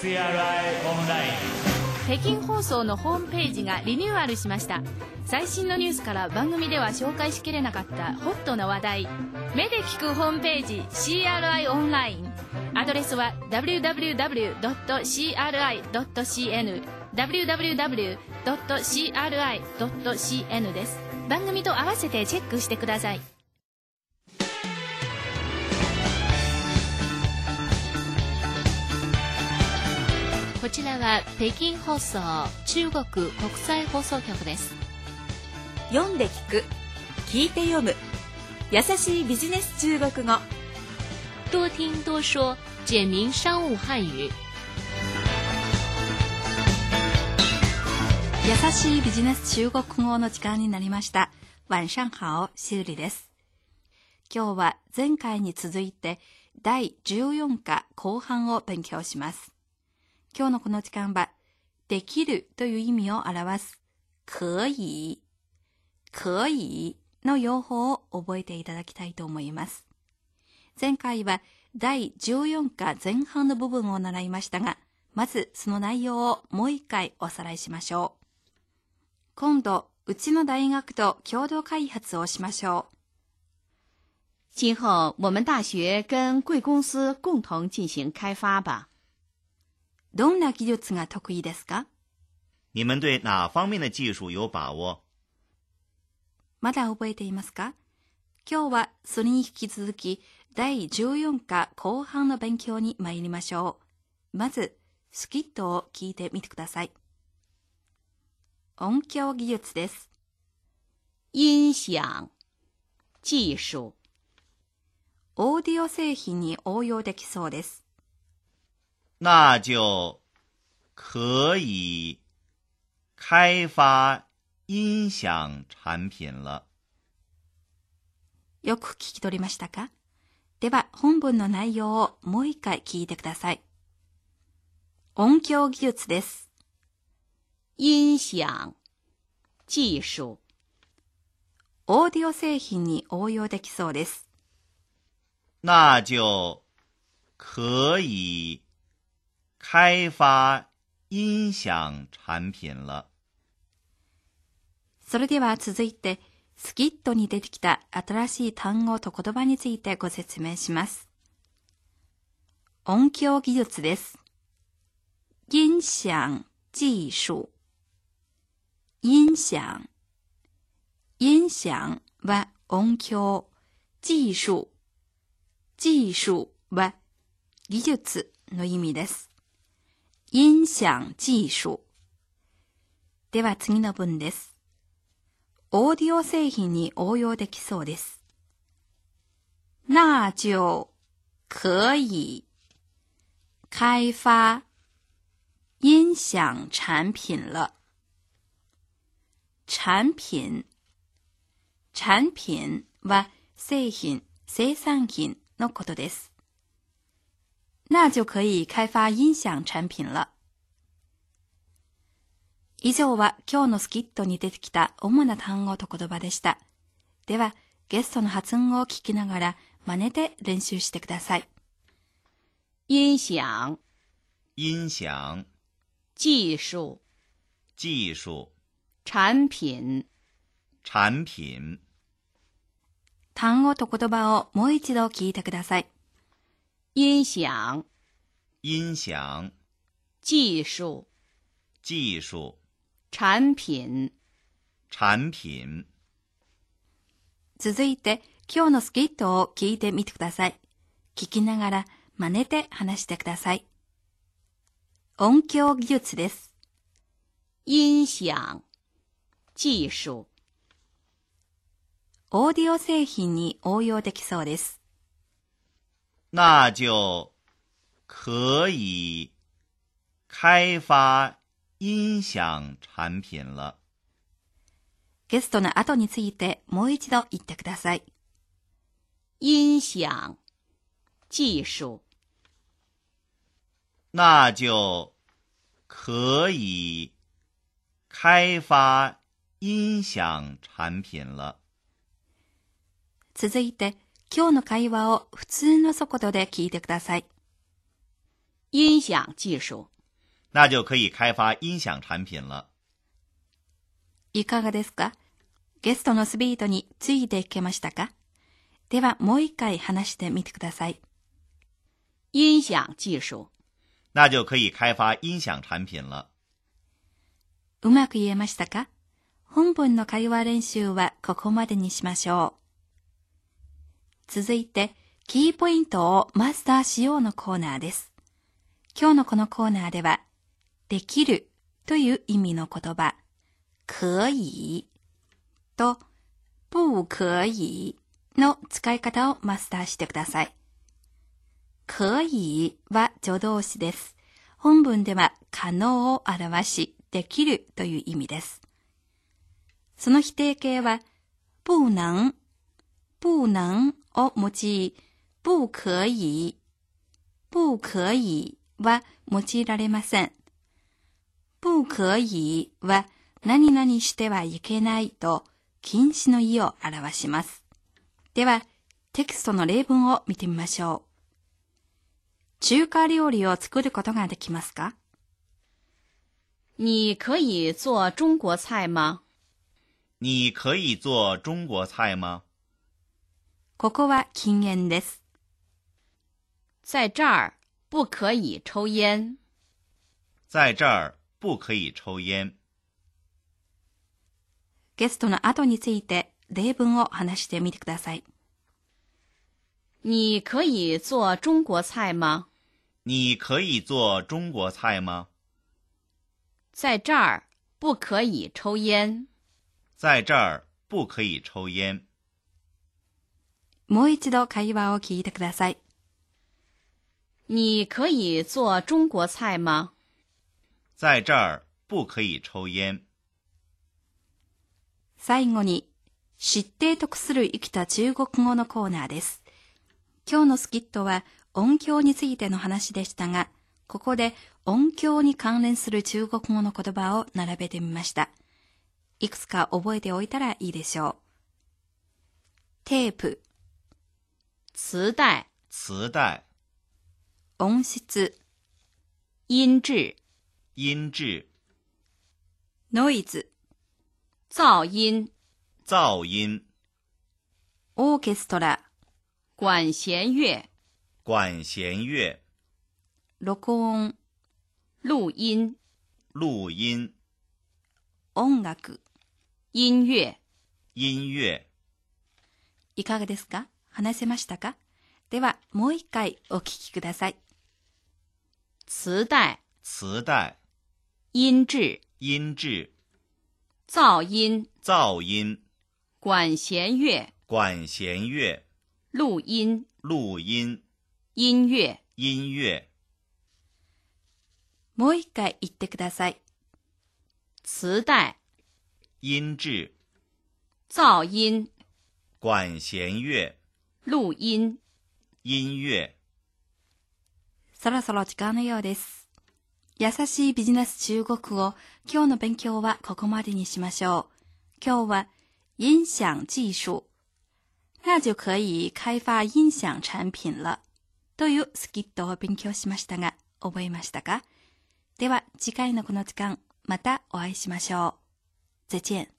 CRI オンライン北京放送のホームページがリニューアルしました最新のニュースから番組では紹介しきれなかったホットな話題目で聞くホームページ CRI オンラインアドレスは www.cri.cn www.cri.cn です番組と合わせてチェックしてくださいこちらは北京放送中国国際放送局です。読んで聞く聞いて読む優しいビジネス中国語多听多说，简明商务汉语。優しいビジネス中国語の時間になりました晚上好シウリです今日は前回に続いて第14課後半を勉強します今日のこの時間はできるという意味を表す可以可以の用法を覚えていただきたいと思います前回は第14課前半の部分を習いましたが、まずその内容をもう一回おさらいしましょう。今度、うちの大学と共同開発をしましょう。今后我们大学跟贵公司共同进行开发吧。どんな技術が得意ですか你们对哪方面的技术有把握？まだ覚えていますか今日はそれに引き続き第14課後半の勉強に参りましょう。まず、スキットを聞いてみてください。音響技術です。音响技术、オーディオ製品に応用できそうです。那就可以开发音响产品了。よく聞き取りましたかでは本文の内容をもう一回聞いてください。音響技術です。音响技术、オーディオ製品に応用できそうです。那就可以开发音响产品了。それでは続いて、スキットに出てきた新しい単語と言葉についてご説明します。音響技術です。音響技術。音響。音響は音響。技術。技術は技術の意味です。音響技術。では次の文です。オーディオ製品に応用できそうです。那就可以开发音响产品了。产品产品は製品、生産品のことです。那就可以开发音响产品了。以上は今日のスキットに出てきた主な単語と言葉でした。では、ゲストの発音を聞きながら真似て練習してください。音响音响技术、技术产品、产品単語と言葉をもう一度聞いてください。音响音响技术、技术产品、产品。続いて、今日のスキットを聞いてみてください。聞きながら真似て話してください。音響技術です。音响技术、オーディオ製品に応用できそうです。那就可以开发音响产品了。ゲストの後についてもう一度言ってください。音响技术、那就可以开发音响产品了。続いて、今日の会話を普通の速度で聞いてください。音响技术。那就可以开发音响产品了。いかがですかゲストのスピードについていけましたかではもう一回話してみてください。音响技术，那就可以开发音响产品了。うまく言えましたか本文の会話練習はここまでにしましょう。続いて、キーポイントをマスターしようのコーナーです。今日のこのコーナーでは、できるという意味の言葉、可以と、不可以の使い方をマスターしてください。可以は助動詞です。本文では可能を表し、できるという意味です。その否定形は、不能、不能を用い、不可以、不可以は用いられません。不可以は何々してはいけないと禁止の意を表します。では、テキストの例文を見てみましょう。中華料理を作ることができますか你可以做中国菜吗？你可以做中国菜吗？ここは禁煙です。在这儿不可以抽烟。在这儿不可以抽烟。ゲストの後について例文を話してみてください。你可以做中国菜吗？你可以做中国菜吗？在这儿不可以抽烟。在这儿不可以抽烟。もう一度会話を聞いてください。你可以做中国菜吗？在这儿不可以抽烟。最後に、知って得する生きた中国語のコーナーです。今日のスキットは音響についての話でしたが、ここで音響に関連する中国語の言葉を並べてみました。いくつか覚えておいたらいいでしょう。テープ、磁带、磁带、音質、音质、音质、ノイズ、噪音、噪音、オーケストラ、管弦乐、管弦乐、録音、录音、录音、音楽。音乐。音乐。いかがですか話せましたかでは、もう一回お聞きください。磁带、磁带、音质、音质、噪音、噪音、管弦乐、管弦乐、录音、录音、音乐。音乐。もう一回言ってください。磁带、音质、噪音、管弦乐、录音。音乐。そろそろ時間のようです。優しいビジネス中国語、今日の勉強はここまでにしましょう。今日は、音響技術。那就可以開发音響产品了。というスキットを勉強しましたが、覚えましたかでは、次回のこの時間、またお会いしましょう。再见。